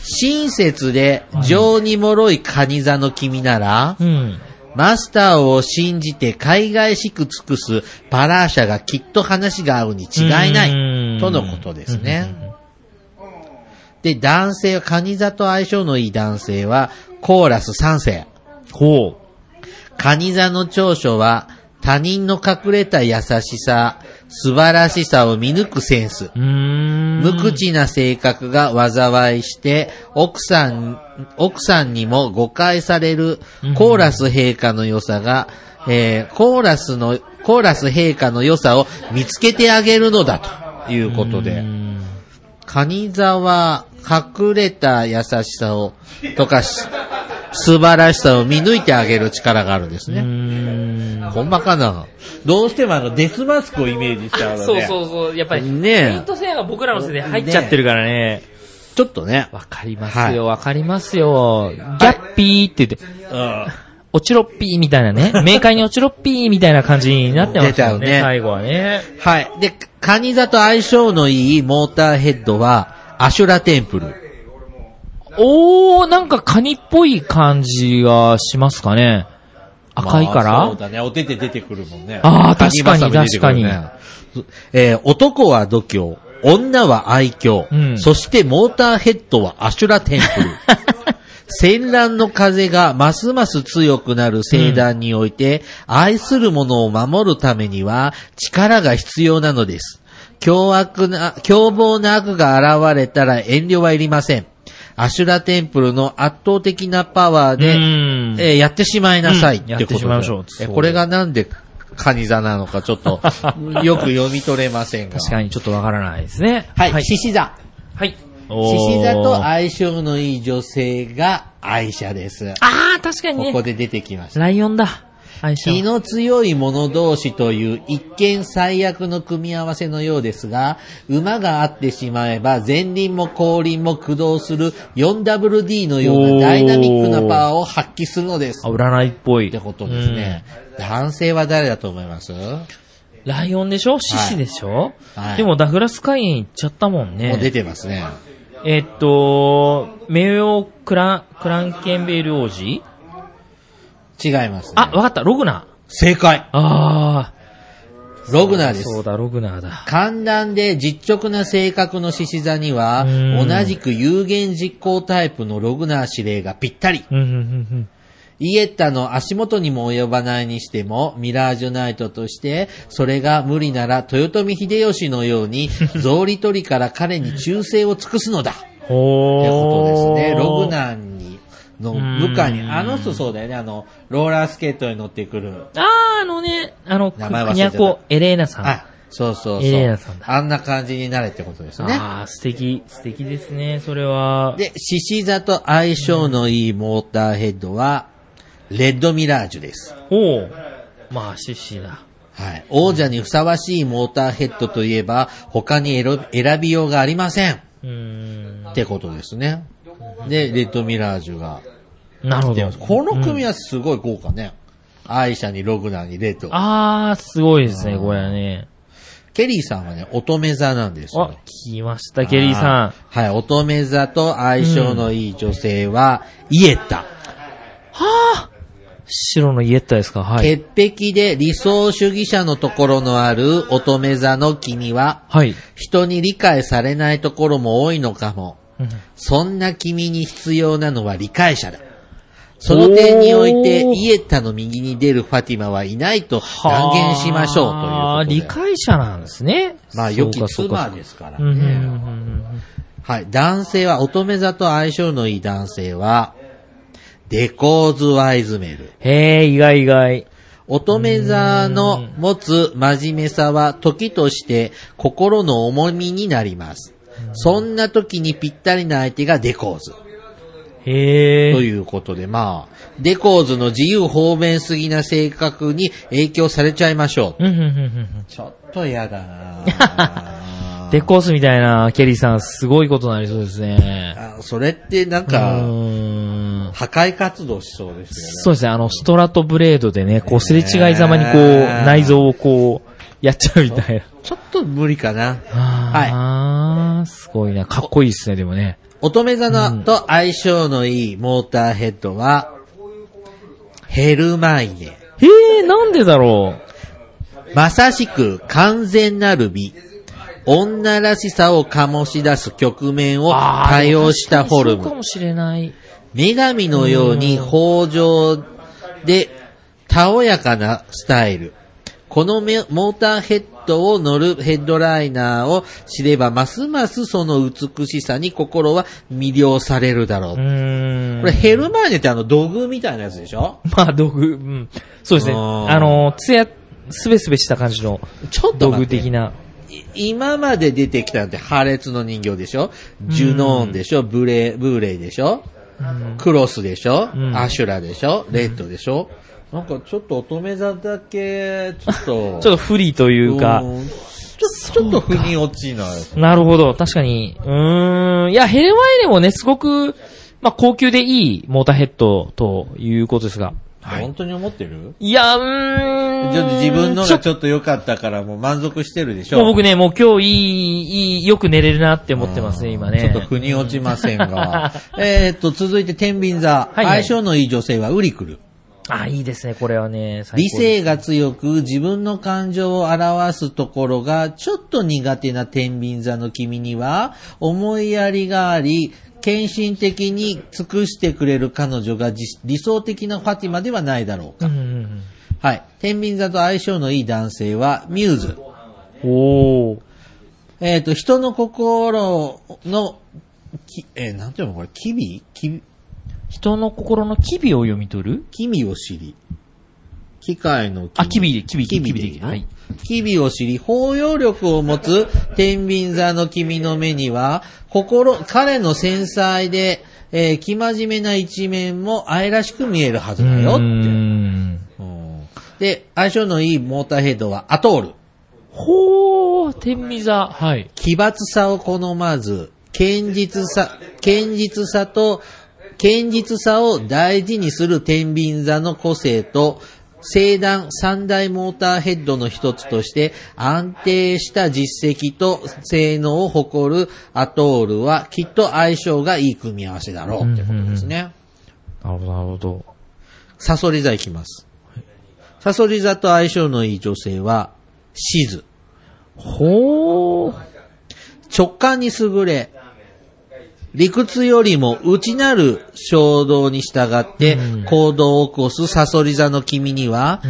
[SPEAKER 3] 親切で情に脆いカニ座の君なら、
[SPEAKER 2] うん。
[SPEAKER 3] マスターを信じて海外しく尽くすパラーシャがきっと話が合うに違いな
[SPEAKER 2] うん
[SPEAKER 3] い、とのことですね。で、男性は、カニ座と相性のいい男性は、コーラス3世。
[SPEAKER 2] ほ
[SPEAKER 3] カニ座の長所は、他人の隠れた優しさ、素晴らしさを見抜くセンス。
[SPEAKER 2] う。うーん。
[SPEAKER 3] 無口な性格が災いして、奥さん、奥さんにも誤解されるコーラス陛下の良さが、えーコーラスの、コーラス陛下の良さを見つけてあげるのだということで、カニ座は隠れた優しさを、とかし、素晴らしさを見抜いてあげる力があるんですね。ほんまかな。どうしてもあの、デスマスクをイメージしちゃうので。
[SPEAKER 2] そうそうそう。やっぱり、
[SPEAKER 3] ねえ
[SPEAKER 2] ペイントセアが僕らの世代入っちゃってるからね。
[SPEAKER 3] ちょっとね。
[SPEAKER 2] わかりますよ、わかりますよ。ギャッピーって言って、
[SPEAKER 3] うん
[SPEAKER 2] オチロッピーみたいな ね。明快にオチロッピーみたいな感じになってますよ
[SPEAKER 3] 出
[SPEAKER 2] ね。
[SPEAKER 3] ちゃうね
[SPEAKER 2] 最後はね。
[SPEAKER 3] はい。で、カニ座と相性のいいモーターヘッドは、アシュラテンプル。
[SPEAKER 2] おー、なんかカニっぽい感じがしますかね。赤いから、
[SPEAKER 3] そうだね。お手手出てくるもんね。
[SPEAKER 2] あー確かに
[SPEAKER 3] カニバサミ出てくるねえー男は度胸、女は愛嬌、
[SPEAKER 2] うん
[SPEAKER 3] そしてモーターヘッドはアシュラテ ンプル。戦乱の風がますます強くなる盛団において、愛する者を守るためには力が必要なのです。凶悪な、凶暴な悪が現れたら遠慮はいりません。アシュラテンプルの圧倒的なパワーで、
[SPEAKER 2] うん
[SPEAKER 3] えーやってしまいなさいってこと
[SPEAKER 2] うんやってしまいましょう
[SPEAKER 3] でえこれがなんでカニ座なのか、ちょっ と、よく読み取れませんが。
[SPEAKER 2] 確かにちょっとわからないですね。
[SPEAKER 3] はい、
[SPEAKER 2] 獅
[SPEAKER 3] 獅子座。
[SPEAKER 2] はい。
[SPEAKER 3] 獅子座と
[SPEAKER 2] あ
[SPEAKER 3] 相性のいい女性が愛車です。
[SPEAKER 2] あー、確かに
[SPEAKER 3] こ
[SPEAKER 2] ね
[SPEAKER 3] こ。で出てきました。
[SPEAKER 2] ライオンだ。相性。
[SPEAKER 3] 気の強い者同士という一見最悪の組み合わせのようですが、馬があってしまえば前輪も後輪も駆動する 4WD のようなダイナミックなパワーを発揮するのです
[SPEAKER 2] あ、。占いっぽい。
[SPEAKER 3] ってことですね。男性は誰だと思います
[SPEAKER 2] うん。ライオンでしょ獅子でしょ、
[SPEAKER 3] はい
[SPEAKER 2] でもダグラス海員行っちゃったもんね。
[SPEAKER 3] もう出てますね。
[SPEAKER 2] えっと、名誉クラン、クランケンベール王子
[SPEAKER 3] 違います、ね。
[SPEAKER 2] あ、わかった、ログナー。
[SPEAKER 3] 正解
[SPEAKER 2] あ
[SPEAKER 3] ログナー
[SPEAKER 2] ー。
[SPEAKER 3] です。
[SPEAKER 2] そうだ、ログナーだ。
[SPEAKER 3] 寒暖で実直な性格の獅子座には、
[SPEAKER 2] うん
[SPEAKER 3] 同じく有言実行タイプのログナー指令がぴったり。
[SPEAKER 2] うん、うん、うん、
[SPEAKER 3] イエッタの足元にも及ばないにしても、ミラージュナイトとして、それが無理なら豊臣秀吉のように、草履取りから彼に忠誠を尽くすのだ。
[SPEAKER 2] うん。ほ
[SPEAKER 3] と
[SPEAKER 2] ー。
[SPEAKER 3] いうことですね。ログナーに、の部下に、
[SPEAKER 2] うん
[SPEAKER 3] あの人そうだよね、あの、ローラースケートに乗ってくる。
[SPEAKER 2] あー、あのね、あの、
[SPEAKER 3] 名前忘れ
[SPEAKER 2] く
[SPEAKER 3] ちゃ
[SPEAKER 2] に
[SPEAKER 3] っ
[SPEAKER 2] ゃ
[SPEAKER 3] た
[SPEAKER 2] こ、エレーナさん。
[SPEAKER 3] あ、そうそう
[SPEAKER 2] エ
[SPEAKER 3] そ
[SPEAKER 2] レー
[SPEAKER 3] う
[SPEAKER 2] ナさん。だ
[SPEAKER 3] あんな感じになれってことですね。
[SPEAKER 2] あー、素敵、素敵ですね、それは。
[SPEAKER 3] で、獅子座と相性のいいモーターヘッドは、レッドミラージュです。
[SPEAKER 2] ほう。まあ、獅子だ。
[SPEAKER 3] はい。王者にふさわしいモーターヘッドといえば、他に選び選びようがありません。
[SPEAKER 2] うーん。
[SPEAKER 3] ってことですね。で、レッドミラージュが。
[SPEAKER 2] なるほ
[SPEAKER 3] で
[SPEAKER 2] ど。
[SPEAKER 3] この組み合わせすごい豪華ね。愛車にログナーにレッド。
[SPEAKER 2] あー、すごいですね、これはね。
[SPEAKER 3] ケリーさんはね、乙女座なんです
[SPEAKER 2] あ
[SPEAKER 3] よ。、
[SPEAKER 2] 来ました、ケリーさん
[SPEAKER 3] あ。ー。はい、乙女座と相性のいい女性は、イエタ。
[SPEAKER 2] 白のイエッタですかはい。
[SPEAKER 3] 潔癖で理想主義者のところのある乙女座の君は、
[SPEAKER 2] はい。
[SPEAKER 3] 人に理解されないところも多いのかも。
[SPEAKER 2] うん
[SPEAKER 3] そんな君に必要なのは理解者だ。その点において
[SPEAKER 2] おー、
[SPEAKER 3] イエタの右に出るファティマはいないと断言しましょうという
[SPEAKER 2] はあ
[SPEAKER 3] ことで。
[SPEAKER 2] 理解者なんですね。
[SPEAKER 3] まあ、良き
[SPEAKER 2] そうか
[SPEAKER 3] 妻ですか
[SPEAKER 2] そう
[SPEAKER 3] ら
[SPEAKER 2] かうんうん
[SPEAKER 3] ね。
[SPEAKER 2] うん
[SPEAKER 3] はい。男性は、乙女座と相性のいい男性は、デコーズワイズメル。
[SPEAKER 2] へえ、意外意外。
[SPEAKER 3] 乙女座の持つ真面目さは時として心の重みになります。そんな時にぴったりな相手がデコーズ。
[SPEAKER 2] へえ。
[SPEAKER 3] ということで、まあ、デコーズの自由方便すぎな性格に影響されちゃいましょ
[SPEAKER 2] う
[SPEAKER 3] う。
[SPEAKER 2] んうんうんうん
[SPEAKER 3] ちょっと嫌だ な
[SPEAKER 2] デコースみたいなケリーさん、すごいことになりそうですね。
[SPEAKER 3] あそれってなん
[SPEAKER 2] う
[SPEAKER 3] か、
[SPEAKER 2] ーん。
[SPEAKER 3] 破壊活動しそうですよね。
[SPEAKER 2] そうですね、あの、ストラトブレードでね、こう、すれ違いざまにこう、
[SPEAKER 3] ねえ
[SPEAKER 2] 内臓をこう、やっちゃうみたいな。
[SPEAKER 3] ちょっと無理かな。
[SPEAKER 2] ああ、すごいな。かっこいいですね、でもね。
[SPEAKER 3] 乙女座のと相性のいいモーターヘッドは、ヘルマイネ。
[SPEAKER 2] へえ、なんでだろう。
[SPEAKER 3] まさしく完全なる美。女らしさを醸し出す局面を多用したフォル
[SPEAKER 2] そうか
[SPEAKER 3] ム。
[SPEAKER 2] もしれない。
[SPEAKER 3] 女神のように豊穣で、たおやかなスタイル。このメモーターヘッドを乗るヘッドライナーを知れば、ますますその美しさに心は魅了されるだろう
[SPEAKER 2] う。ーん。
[SPEAKER 3] これヘルマーニェってあの土偶みたいなやつでしょ
[SPEAKER 2] まあ、道具、うん。そうですね。
[SPEAKER 3] あー
[SPEAKER 2] あの、つや、すべすべした感じの、
[SPEAKER 3] ちょっ
[SPEAKER 2] 道
[SPEAKER 3] と待っ
[SPEAKER 2] 具
[SPEAKER 3] て
[SPEAKER 2] 的な。
[SPEAKER 3] い今まで出てきたのって破裂の人形でしょジュノーンでしょブレ、ブーレイでしょクロスでしょ
[SPEAKER 2] ん
[SPEAKER 3] アシュラでしょレッドでしょなんかちょっと乙女座だけ、ちょっ と。
[SPEAKER 2] ちょっと不利というか
[SPEAKER 3] う。ーんちょ、ちょっと腑に落ちない。
[SPEAKER 2] なるほど。確かに。うーん。いや、ヘルマイネもね、すごく、まあ、高級でいいモーターヘッドということですが。
[SPEAKER 3] 本当に思ってる
[SPEAKER 2] いや、う
[SPEAKER 3] ちょ
[SPEAKER 2] ーん。
[SPEAKER 3] っと自分のが
[SPEAKER 2] ちょ
[SPEAKER 3] ちょっと良かったからもう満足してるでしょ
[SPEAKER 2] もう僕ね、もう今日いい、いい、よく寝れるなって思ってますね、今ね。
[SPEAKER 3] ちょっと腑に落ちません が。えーっと、続いて天秤座。
[SPEAKER 2] いはい
[SPEAKER 3] 相性のいい女性はウリクル。
[SPEAKER 2] あ、いいですね、これはね。最高で
[SPEAKER 3] 理
[SPEAKER 2] す。
[SPEAKER 3] 性が強く自分の感情を表すところがちょっと苦手な天秤座の君には思いやりがあり、献身的に尽くしてくれる彼女がじ理想的なファティマではないだろう
[SPEAKER 2] う
[SPEAKER 3] か。
[SPEAKER 2] んうん
[SPEAKER 3] はい。天秤座と相性のいい男性はミューズ。
[SPEAKER 2] うん。おー。
[SPEAKER 3] えっ、と、人の心の、きえーなんていうのこれ、機微機
[SPEAKER 2] 人の心の機微を読み取る
[SPEAKER 3] 君を知り。機械の
[SPEAKER 2] あ機微で機微で
[SPEAKER 3] 機微
[SPEAKER 2] 機微で
[SPEAKER 3] いいの
[SPEAKER 2] はい
[SPEAKER 3] 機微を知り、包容力を持つ天秤座の君の目には、心、彼の繊細で、えー、生真面目な一面も愛らしく見えるはずだよって。
[SPEAKER 2] うん
[SPEAKER 3] うんで、相性のいいモーターヘッドはアトール。
[SPEAKER 2] ほー、天秤座。はい。
[SPEAKER 3] 奇抜さを好まず、堅実さ、堅実さと、堅実さを大事にする天秤座の個性と、聖断三大モーターヘッドの一つとして安定した実績と性能を誇るアトールはきっと相性がいい組み合わせだろうってことですね。
[SPEAKER 2] なるほど、なるほど。
[SPEAKER 3] サソリ座いきます。サソリ座と相性のいい女性は、シズ。
[SPEAKER 2] ほー。
[SPEAKER 3] 直感に優れ、理屈よりも内なる衝動に従って行動を起こすサソリ座の君には、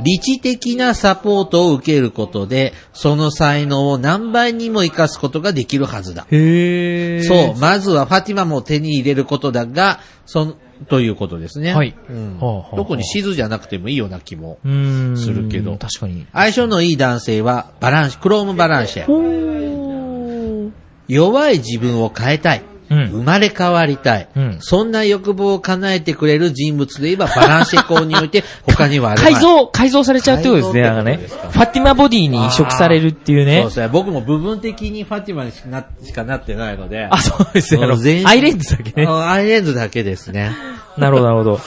[SPEAKER 3] 理知的なサポートを受けることで、その才能を何倍にも活かすことができるはずだ。
[SPEAKER 2] へー。
[SPEAKER 3] そう、まずはファティマも手に入れることだが、その、ということですね。
[SPEAKER 2] はい
[SPEAKER 3] うん
[SPEAKER 2] はあはあはあ
[SPEAKER 3] 特に静じゃなくてもいいような気も。
[SPEAKER 2] うーん。
[SPEAKER 3] するけど
[SPEAKER 2] 確かに。
[SPEAKER 3] 相性のいい男性は、バランシ、クロームバランシェ。
[SPEAKER 2] ー。
[SPEAKER 3] 弱い自分を変えたい。
[SPEAKER 2] うん
[SPEAKER 3] 生まれ変わりたい、
[SPEAKER 2] うん
[SPEAKER 3] そんな欲望を叶えてくれる人物とい えば、バランシェ校において、他にはあるまい
[SPEAKER 2] 改造、改造されちゃうってことですね、なん
[SPEAKER 3] 改
[SPEAKER 2] か
[SPEAKER 3] 造
[SPEAKER 2] ね。
[SPEAKER 3] って
[SPEAKER 2] ファティマボディに移植されるっていう
[SPEAKER 3] そ
[SPEAKER 2] ね
[SPEAKER 3] う。そう。僕も部分的にファティマにしかなしかなってないので。
[SPEAKER 2] あ、そうですね。あの
[SPEAKER 3] もう全身
[SPEAKER 2] アイレンズだけね。
[SPEAKER 3] あアイレンズだけですね。
[SPEAKER 2] なるほど、なるほど。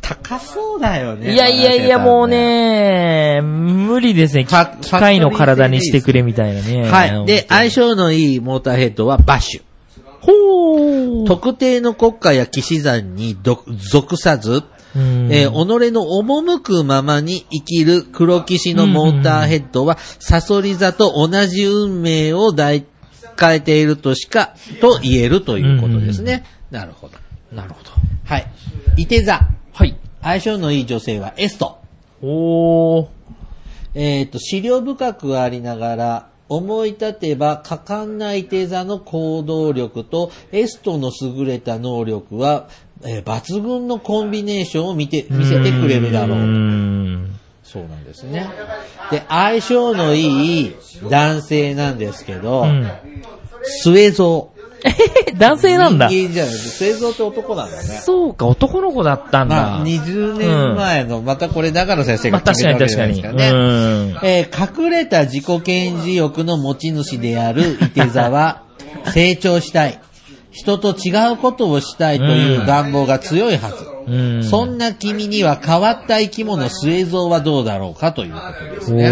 [SPEAKER 3] 高そうだよね。
[SPEAKER 2] いやいやいや、
[SPEAKER 3] バランシェさん
[SPEAKER 2] もう。ね、無理ですね。き
[SPEAKER 3] ファ
[SPEAKER 2] 機械の体にしてくれみたいなね。
[SPEAKER 3] はい。で、相性のいいモーターヘッドはバッシュ。
[SPEAKER 2] ほー。
[SPEAKER 3] 特定の国家や騎士団にど属さず、
[SPEAKER 2] うん
[SPEAKER 3] えー己の赴くままに生きる黒騎士のモーターヘッドは、サソリ座と同じ運命を抱い変えているとしか、と言えるということですね。なるほど。
[SPEAKER 2] なるほど。
[SPEAKER 3] はい。伊手座。
[SPEAKER 2] はい。
[SPEAKER 3] 相性のいい女性はエスト。
[SPEAKER 2] おー。
[SPEAKER 3] えっ、と、資料深くありながら、思い立てば果敢な伊手座の行動力とエストの優れた能力は、えー抜群のコンビネーションを見て、見せてくれるだろ
[SPEAKER 2] うー
[SPEAKER 3] う。
[SPEAKER 2] ん。
[SPEAKER 3] そうなんですね。で、相性のいい男性なんですけど、
[SPEAKER 2] うん。
[SPEAKER 3] 末蔵。
[SPEAKER 2] え、男性なんだ。
[SPEAKER 3] 人間じゃない末蔵って男なんだね。
[SPEAKER 2] そうか、男の子だったん
[SPEAKER 3] ま
[SPEAKER 2] だ
[SPEAKER 3] あ、。20年前の、またこれ、長野先生が決めたわけじゃないですからね。
[SPEAKER 2] まあ確かに確か
[SPEAKER 3] えー隠れた自己顕示欲の持ち主である伊手 座は、成長したい。人と違うことをしたいという願望が強いはず。
[SPEAKER 2] うん。
[SPEAKER 3] そんな君には変わった生き物、末蔵はどうだろうかということですね。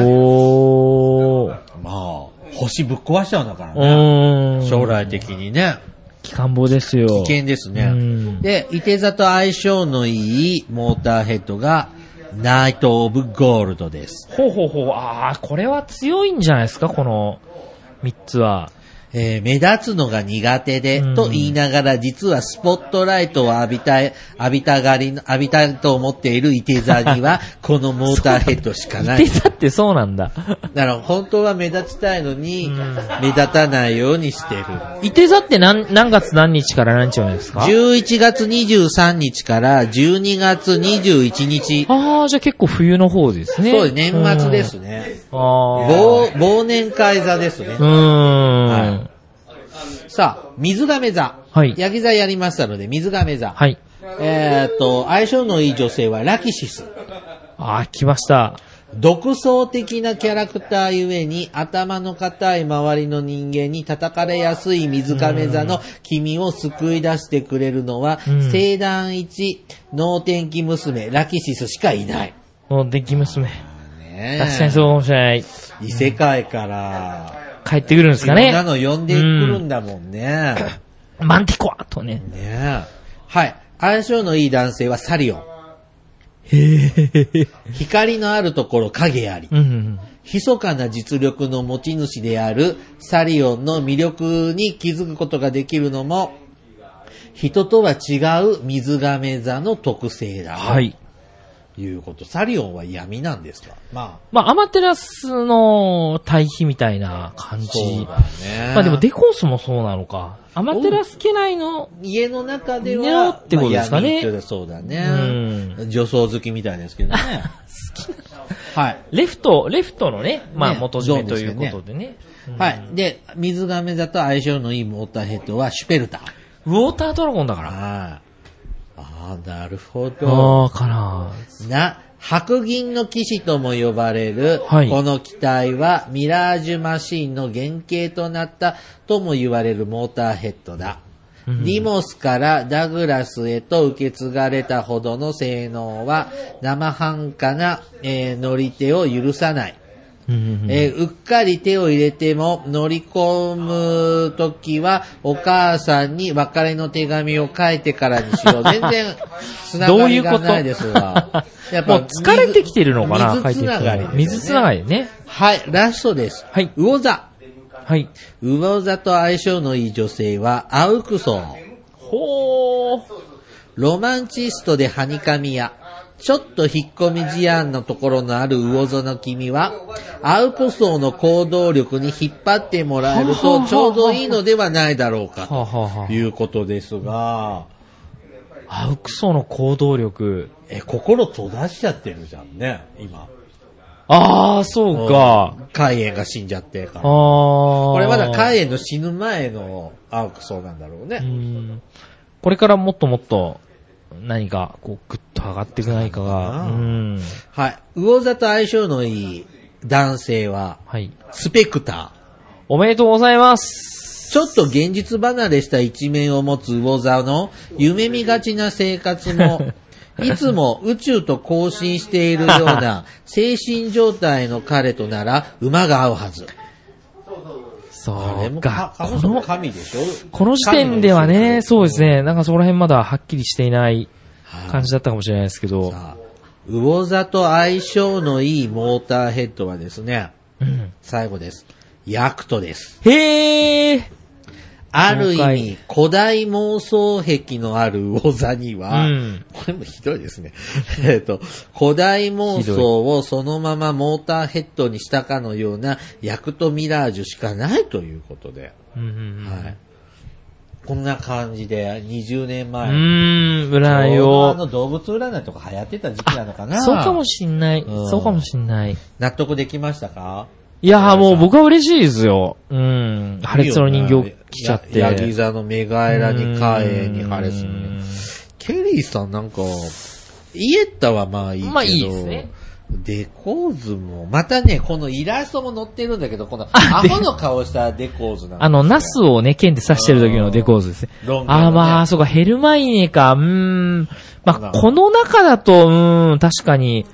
[SPEAKER 2] おー。
[SPEAKER 3] まあ、星ぶっ壊しちゃうんだから
[SPEAKER 2] う
[SPEAKER 3] ね。
[SPEAKER 2] ーん。
[SPEAKER 3] 将来的にね、
[SPEAKER 2] 期間棒ですよ。
[SPEAKER 3] 危険です
[SPEAKER 2] う
[SPEAKER 3] ね
[SPEAKER 2] ん。
[SPEAKER 3] で、伊手座と相性のいいモーターヘッドが、ナイト・オブ・ゴールドです。
[SPEAKER 2] ほうほうほう。あー、これは強いんじゃないですか、この三つは。
[SPEAKER 3] えー目立つのが苦手で、
[SPEAKER 2] うん
[SPEAKER 3] と言いながら実はスポットライトを浴びたい、浴びたがりの、浴びたいと思っている伊手座 には、このモーターヘッドしかない
[SPEAKER 2] で、。だってそうなんだ。
[SPEAKER 3] だから本当は目立ちたいのに、目立たないようにしてる。
[SPEAKER 2] いて座って何、何月何日から何日までですか
[SPEAKER 3] 11月23日から12月21日。
[SPEAKER 2] ああ、じゃあ結構冬の方ですね。
[SPEAKER 3] そうです、年末ですね。
[SPEAKER 2] うん。ああ。
[SPEAKER 3] 忘忘年会座ですね
[SPEAKER 2] う。ーん。
[SPEAKER 3] さあ、水亀座。
[SPEAKER 2] はい
[SPEAKER 3] ヤギ座やりましたので、水亀座。
[SPEAKER 2] はい。
[SPEAKER 3] えーっと、相性のいい女性はラキシス。
[SPEAKER 2] ああ、来ました。
[SPEAKER 3] 独創的なキャラクターゆえに頭の硬い周りの人間に叩かれやすい水亀座の君を救い出してくれるのは、
[SPEAKER 2] うん
[SPEAKER 3] 聖断一能天気娘ラキシスしかいない。
[SPEAKER 2] もう電気娘。
[SPEAKER 3] ねえ
[SPEAKER 2] 確かにそうかもしれない。
[SPEAKER 3] 異世界から、
[SPEAKER 2] 帰ってくるんですか
[SPEAKER 3] いろん
[SPEAKER 2] ね。
[SPEAKER 3] なの呼んでくるんだもんね。
[SPEAKER 2] マンティコアとね。
[SPEAKER 3] ねえ。はい。相性のいい男性はサリオン。光のあるところ影あり。
[SPEAKER 2] うんうん
[SPEAKER 3] 密かな実力の持ち主であるサリオンの魅力に気づくことができるのも、人とは違う水亀座の特性だ。
[SPEAKER 2] うん。はい。
[SPEAKER 3] いうこと。サリオンは闇なんですかまあ。
[SPEAKER 2] まあ、アマテラスの対比みたいな感じ。
[SPEAKER 3] ね
[SPEAKER 2] まあでも、デコースもそうなのか。アマテラス家内の、
[SPEAKER 3] 家の中で
[SPEAKER 2] ねよ
[SPEAKER 3] は、
[SPEAKER 2] ってことですかね
[SPEAKER 3] まあ闇ってそうだね
[SPEAKER 2] う。
[SPEAKER 3] 女装好きみたいですけどね。 はい。
[SPEAKER 2] レフト、レフトのね、まあ
[SPEAKER 3] ね
[SPEAKER 2] 元締めということでね。
[SPEAKER 3] はい。で、水亀座と相性のいいモーターヘッドはシュペルター。
[SPEAKER 2] ウォータードラゴンだから。
[SPEAKER 3] ああ。ああ、なるほど。
[SPEAKER 2] ああ、かな。
[SPEAKER 3] な、白銀の騎士とも呼ばれる、
[SPEAKER 2] はい
[SPEAKER 3] この機体はミラージュマシンの原型となったとも言われるモーターヘッドだ。ディモスからダグラスへと受け継がれたほどの性能は生半可な、えー乗り手を許さない。
[SPEAKER 2] うん
[SPEAKER 3] えーうっかり手を入れても乗り込むときはお母さんに別れの手紙を書いてからにしよう。全然、 つな
[SPEAKER 2] ど
[SPEAKER 3] が
[SPEAKER 2] うい
[SPEAKER 3] り
[SPEAKER 2] うこ
[SPEAKER 3] が
[SPEAKER 2] と
[SPEAKER 3] ないで すが。
[SPEAKER 2] もう疲れてきてるのかな
[SPEAKER 3] 水水つながりです、ね。
[SPEAKER 2] 水つながりね。
[SPEAKER 3] はい、ラストです。
[SPEAKER 2] はい
[SPEAKER 3] 魚座。
[SPEAKER 2] はい。
[SPEAKER 3] 魚座と相性のいい女性は、アウクソン。
[SPEAKER 2] ほー。
[SPEAKER 3] ロマンチストではにかみや、ちょっと引っ込み思案のところのある魚座の君は、アウプソーの行動力に引っ張ってもらえるとちょうどいいのではないだろうか、
[SPEAKER 2] はあ、はあは
[SPEAKER 3] ということです
[SPEAKER 2] あ、
[SPEAKER 3] が、
[SPEAKER 2] アウクソの行動力。
[SPEAKER 3] え、心閉ざしちゃってるじゃんね、今。
[SPEAKER 2] ああ、そうか。
[SPEAKER 3] 海炎が死んじゃってか
[SPEAKER 2] ああ。
[SPEAKER 3] ら。
[SPEAKER 2] こ
[SPEAKER 3] これまだ海炎の死ぬ前のアウクソーなんだろうね。
[SPEAKER 2] うんこれからもっともっと何かこうグッと上がっていく何かが、う。
[SPEAKER 3] そうだなんはい。魚座と相性のいい男性は、
[SPEAKER 2] はい。
[SPEAKER 3] スペクター。
[SPEAKER 2] おめでとうございます。
[SPEAKER 3] ちょっと現実離れした一面を持つ魚座の夢見がちな生活 も、いつも宇宙と交信しているような精神状態の彼となら馬が合うはず。
[SPEAKER 2] そうか。こ
[SPEAKER 3] 人
[SPEAKER 2] の、
[SPEAKER 3] 神でしょ
[SPEAKER 2] この時点ではね、そうです
[SPEAKER 3] ね。
[SPEAKER 2] ね、なんかそこら辺まだはっきりしていない
[SPEAKER 3] はい
[SPEAKER 2] 感じだったかもしれないですけど、
[SPEAKER 3] さあ魚座と相性のいいモーターヘッドはですね、最後です。ヤクトです。
[SPEAKER 2] へー
[SPEAKER 3] ある意
[SPEAKER 2] 了
[SPEAKER 3] 味、古代妄想癖のある魚座に
[SPEAKER 2] う
[SPEAKER 3] は、
[SPEAKER 2] ん。
[SPEAKER 3] これもひどいですね。 えっと、古代妄想をそのままモーターヘッドにしたかのようなヤクトミラージュしかないということで。
[SPEAKER 2] うんうん
[SPEAKER 3] はい。こんな感じで、20年
[SPEAKER 2] う
[SPEAKER 3] 前。
[SPEAKER 2] ん。うーん、占い
[SPEAKER 3] 昭和
[SPEAKER 2] を。
[SPEAKER 4] の動物占いとか流行ってた時期なのかな
[SPEAKER 2] そうかもしんない。そうかもしんない。
[SPEAKER 3] 納得できましたか
[SPEAKER 2] いやーもう僕は嬉しいですよ。うん。破裂の人形来ちゃって。
[SPEAKER 3] ヤヤギ座のメガエラにカエにハレス
[SPEAKER 2] う
[SPEAKER 3] に
[SPEAKER 2] ん。
[SPEAKER 3] ケリーさんなんか、イエッタはまあいいけど。
[SPEAKER 2] まあいいですね
[SPEAKER 3] デコーズも、またね、このイラストも載ってるんだ けど、このアホの顔したデコーズなん
[SPEAKER 2] あの、ナスをね、剣で刺してる時のデコーズですね。
[SPEAKER 3] ロングのね
[SPEAKER 2] あーまあ、そうか、ヘルマイネか、うーん。ま
[SPEAKER 3] な
[SPEAKER 2] あ、この中だと、うーん、確かに、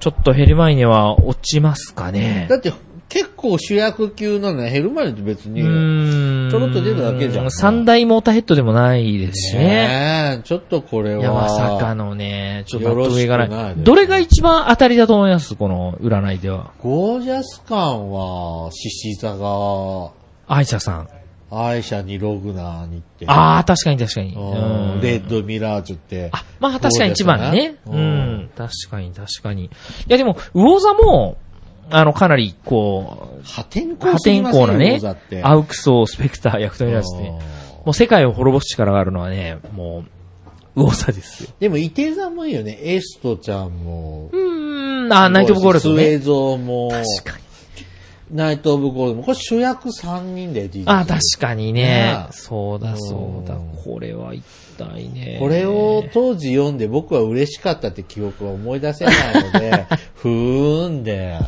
[SPEAKER 2] ちょっとヘルマイネは落ちますかね。
[SPEAKER 3] だって、結構主役級なのね、ヘルマリネって別
[SPEAKER 2] う
[SPEAKER 3] に。
[SPEAKER 2] ーん。
[SPEAKER 3] ちょろっと出るだけじゃん
[SPEAKER 2] 三大モーターヘッドでもないですしね。
[SPEAKER 3] ねえちょっとこれは。
[SPEAKER 2] いや、まさか。のね、ちょっと
[SPEAKER 3] よろし
[SPEAKER 2] 上
[SPEAKER 3] くな
[SPEAKER 2] が
[SPEAKER 3] い
[SPEAKER 2] ない。どれが一番当たりだと思いますこの占いでは。
[SPEAKER 3] ゴージャス感は、獅子座が、
[SPEAKER 2] アイシャさん。
[SPEAKER 3] アイシャにログナーにって。
[SPEAKER 2] ああ、確かに確かに。
[SPEAKER 3] う
[SPEAKER 2] うん
[SPEAKER 3] ん。レッドミラージュって。
[SPEAKER 2] あ、まあ確かに一番ね。
[SPEAKER 3] そううですねうん
[SPEAKER 2] ん。確かに確かに。いやでも、魚座も、あの、かなり、こ
[SPEAKER 3] 破天
[SPEAKER 2] う、破
[SPEAKER 3] 荒すぎ
[SPEAKER 2] 天
[SPEAKER 3] ませんよ
[SPEAKER 2] 荒なね
[SPEAKER 3] 王座って、
[SPEAKER 2] アウクソー、スペクター、役とり出して、もう世界を滅ぼす力があるのはね、もう、魚座ですよ。
[SPEAKER 3] でも、伊手座もいいよね。エストちゃんも。
[SPEAKER 2] うーん、あ、ナイト・オブ・ゴール
[SPEAKER 3] ス
[SPEAKER 2] ド
[SPEAKER 3] ウェ
[SPEAKER 2] ね。
[SPEAKER 3] ゾーも。
[SPEAKER 2] 確かに。
[SPEAKER 3] ナイト・オブ・ゴールドも。これ主役3人で出てる
[SPEAKER 2] あ、確かにね
[SPEAKER 3] ね。
[SPEAKER 2] そうだ、そうだ
[SPEAKER 3] うん。
[SPEAKER 2] これは一体ね。
[SPEAKER 3] これを当時読んで僕は嬉しかったって記憶は思い出せないの で、ふーんで、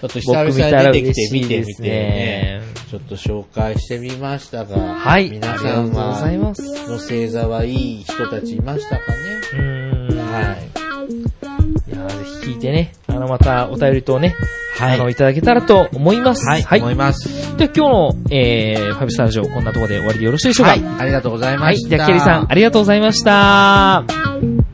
[SPEAKER 3] ちょっと久々に出てきて見てみてね、ちょっと紹介してみましたが、
[SPEAKER 2] はい
[SPEAKER 3] 皆さ
[SPEAKER 2] あり
[SPEAKER 3] んは、
[SPEAKER 2] がとうございます
[SPEAKER 3] の星座はいい人たちいましたかね
[SPEAKER 2] うーん。
[SPEAKER 3] はい。
[SPEAKER 2] いやーぜひ聞いてね、あの、またお便りとね、
[SPEAKER 3] はい
[SPEAKER 2] あの、いただけたらと思います。
[SPEAKER 3] はい、思います。
[SPEAKER 2] では今日の、えー、ファイブスターラジオ、こんなところで終わりでよろしいでしょうか。
[SPEAKER 3] はい、ありがとうござい
[SPEAKER 2] は
[SPEAKER 3] ま
[SPEAKER 2] い
[SPEAKER 3] した。
[SPEAKER 2] じゃあ、ケリーさん、ありがとうございました。
[SPEAKER 1] 「